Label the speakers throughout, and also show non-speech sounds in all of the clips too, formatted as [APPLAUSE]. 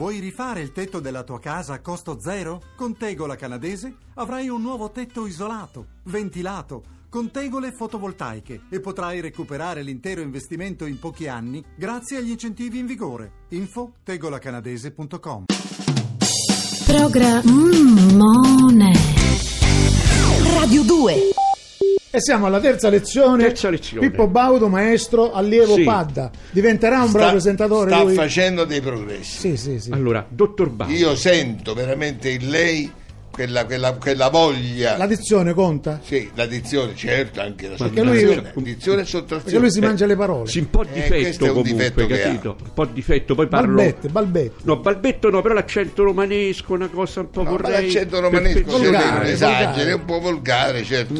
Speaker 1: Vuoi rifare il tetto della tua casa a costo zero? Con Tegola Canadese avrai un nuovo tetto isolato, ventilato, con tegole fotovoltaiche e potrai recuperare l'intero investimento in pochi anni grazie agli incentivi in vigore. Info tegolacanadese.com
Speaker 2: Programmone. Radio 2.
Speaker 3: E siamo alla terza lezione.
Speaker 4: Terza lezione.
Speaker 3: Pippo Baudo, maestro, allievo
Speaker 4: Sì.
Speaker 3: Padda. Diventerà un
Speaker 5: Sta-
Speaker 3: bravo presentatore
Speaker 5: sta
Speaker 3: lui.
Speaker 5: facendo dei progressi
Speaker 3: Sì, sì, sì.
Speaker 4: Allora, dottor Baudo.
Speaker 5: io sento veramente in lei quella, quella- quella voglia
Speaker 3: La dizione conta?
Speaker 5: sì, la dizione certo anche la
Speaker 4: Perché
Speaker 3: lui-
Speaker 5: sottrazione dizione e sottrazione
Speaker 3: Perché lui
Speaker 4: Eh,
Speaker 3: si mangia le parole.
Speaker 4: Sì, un po'
Speaker 5: Eh,
Speaker 4: difetto
Speaker 5: questo è un
Speaker 4: comunque,
Speaker 5: difetto che
Speaker 4: capito? Un po' difetto, poi parlo...
Speaker 3: Balbette, balbette.
Speaker 4: No, balbetto no, però l'accento romanesco, una cosa un po'
Speaker 5: No, ma
Speaker 4: vorrei...
Speaker 5: l'accento romanesco se
Speaker 3: volgare,
Speaker 5: lei non
Speaker 3: volgare. Mm,
Speaker 5: esagera, è un po' volgare, certo.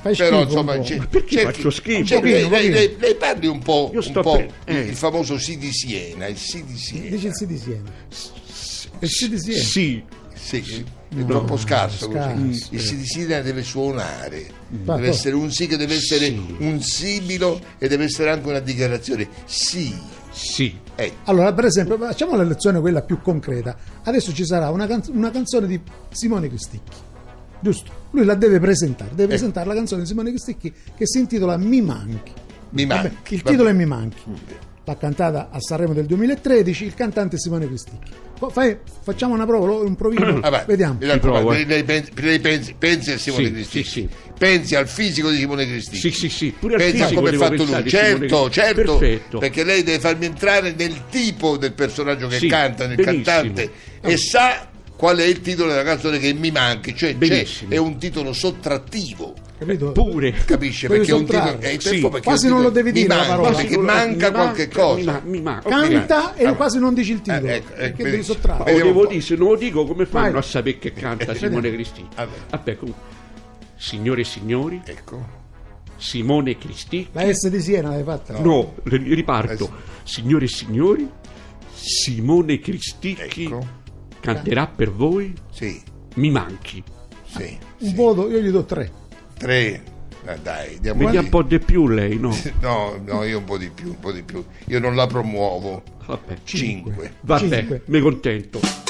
Speaker 3: Fai schifo
Speaker 5: Però insomma,
Speaker 3: un po'.
Speaker 5: c'è-
Speaker 3: Ma
Speaker 4: perché
Speaker 5: c'è-
Speaker 4: faccio schifo?
Speaker 5: c'è-
Speaker 3: Un pochino,
Speaker 5: lei,
Speaker 3: pochino.
Speaker 5: lei- lei parli un po',
Speaker 4: Io
Speaker 5: un
Speaker 4: sto
Speaker 5: po'
Speaker 4: per- eh.
Speaker 5: il famoso sì di Siena, il sì di Siena.
Speaker 3: Dice il sì di Siena. Il sì di Siena.
Speaker 4: Sì,
Speaker 5: Sì, è troppo scarso, così. Mm.
Speaker 3: scarso.
Speaker 5: Il sì di Siena deve suonare,
Speaker 3: Ma
Speaker 5: deve
Speaker 3: no.
Speaker 5: essere un sì che deve essere un sibilo e deve essere anche una dichiarazione. Sì,
Speaker 4: sì.
Speaker 5: eh,
Speaker 3: Allora, per esempio, facciamo la lezione quella più concreta. Adesso ci sarà una, canz- una canzone di Simone Cristicchi. Giusto? Lui la deve presentare.
Speaker 5: Ecco.
Speaker 3: Deve presentare la canzone di Simone Cristicchi che si intitola Mi manchi.
Speaker 5: mi Mm.
Speaker 3: Vabbè,
Speaker 5: manca.
Speaker 3: il titolo è Mi manchi. L'ha cantata a Sanremo del 2013 il cantante Simone Cristicchi. Fa- fai- facciamo una prova, lo- un
Speaker 5: [CLEARS THROAT]
Speaker 3: provino. Vediamo.
Speaker 4: provo, eh.
Speaker 5: Lei, lei pensi, lei pensi- pensi a Simone
Speaker 4: Sì,
Speaker 5: Cristicchi,
Speaker 4: sì, sì.
Speaker 5: pensi al fisico di Simone Cristicchi.
Speaker 4: Sì, sì, sì, pure al
Speaker 5: Pensa
Speaker 4: fisico
Speaker 5: come è
Speaker 4: devo
Speaker 5: fatto
Speaker 4: pensare
Speaker 5: lui,
Speaker 4: di Simone
Speaker 5: certo,
Speaker 4: Cristicchi.
Speaker 5: certo,
Speaker 4: Perfetto.
Speaker 5: perché lei deve farmi entrare nel tipo del personaggio che
Speaker 4: Sì,
Speaker 5: canta, nel
Speaker 4: benissimo. Ah.
Speaker 5: cantante, e sa qual è il titolo della canzone che mi manchi, cioè c'è-
Speaker 4: Benissimo.
Speaker 5: è un titolo sottrattivo.
Speaker 3: Capito?
Speaker 4: Pure.
Speaker 5: Capisce?
Speaker 3: Devi
Speaker 5: Perché è un
Speaker 3: sottrarre.
Speaker 5: titolo. eh,
Speaker 4: Sì.
Speaker 5: perché è un
Speaker 3: Quasi non
Speaker 5: titolo-
Speaker 3: lo devi
Speaker 5: mi
Speaker 3: dire la
Speaker 5: manca,
Speaker 3: parola.
Speaker 5: Perché
Speaker 4: Quasi-
Speaker 5: manca
Speaker 4: mi
Speaker 5: qualche
Speaker 4: manca,
Speaker 5: cosa.
Speaker 4: mi ma- mi manca.
Speaker 3: Canta e
Speaker 5: Ah,
Speaker 3: quasi non dici il
Speaker 5: eh,
Speaker 3: titolo.
Speaker 5: ecco, eh,
Speaker 3: perché
Speaker 5: vedi.
Speaker 3: devi sottrarre.
Speaker 4: Ma
Speaker 5: Vediamo
Speaker 4: devo
Speaker 5: un po'.
Speaker 4: dire, se non lo dico, come fanno
Speaker 3: Vai.
Speaker 4: a sapere che canta Simone Cristicchi?
Speaker 5: Eh, Vabbè.
Speaker 4: Vabbè, comunque. Signore e signori,
Speaker 5: Ecco.
Speaker 4: Simone Cristicchi.
Speaker 3: La S di Siena l'hai fatta.
Speaker 4: No, ri-
Speaker 5: Eh,
Speaker 4: riparto. Signore e signori, Simone Cristicchi
Speaker 5: Ecco.
Speaker 4: canterà per voi
Speaker 5: Sì,
Speaker 4: Mi manchi.
Speaker 5: sì.
Speaker 3: Un voto, io gli do tre.
Speaker 5: Tre. Ah, dai, diamo
Speaker 4: Vediamo un
Speaker 5: lì.
Speaker 4: po' di più lei, no?
Speaker 5: [LAUGHS] No, no, io un po' di più, un po' di più. Io non la promuovo.
Speaker 4: Vabbè,
Speaker 5: Cinque.
Speaker 4: vabbè,
Speaker 3: Cinque.
Speaker 4: mi contento.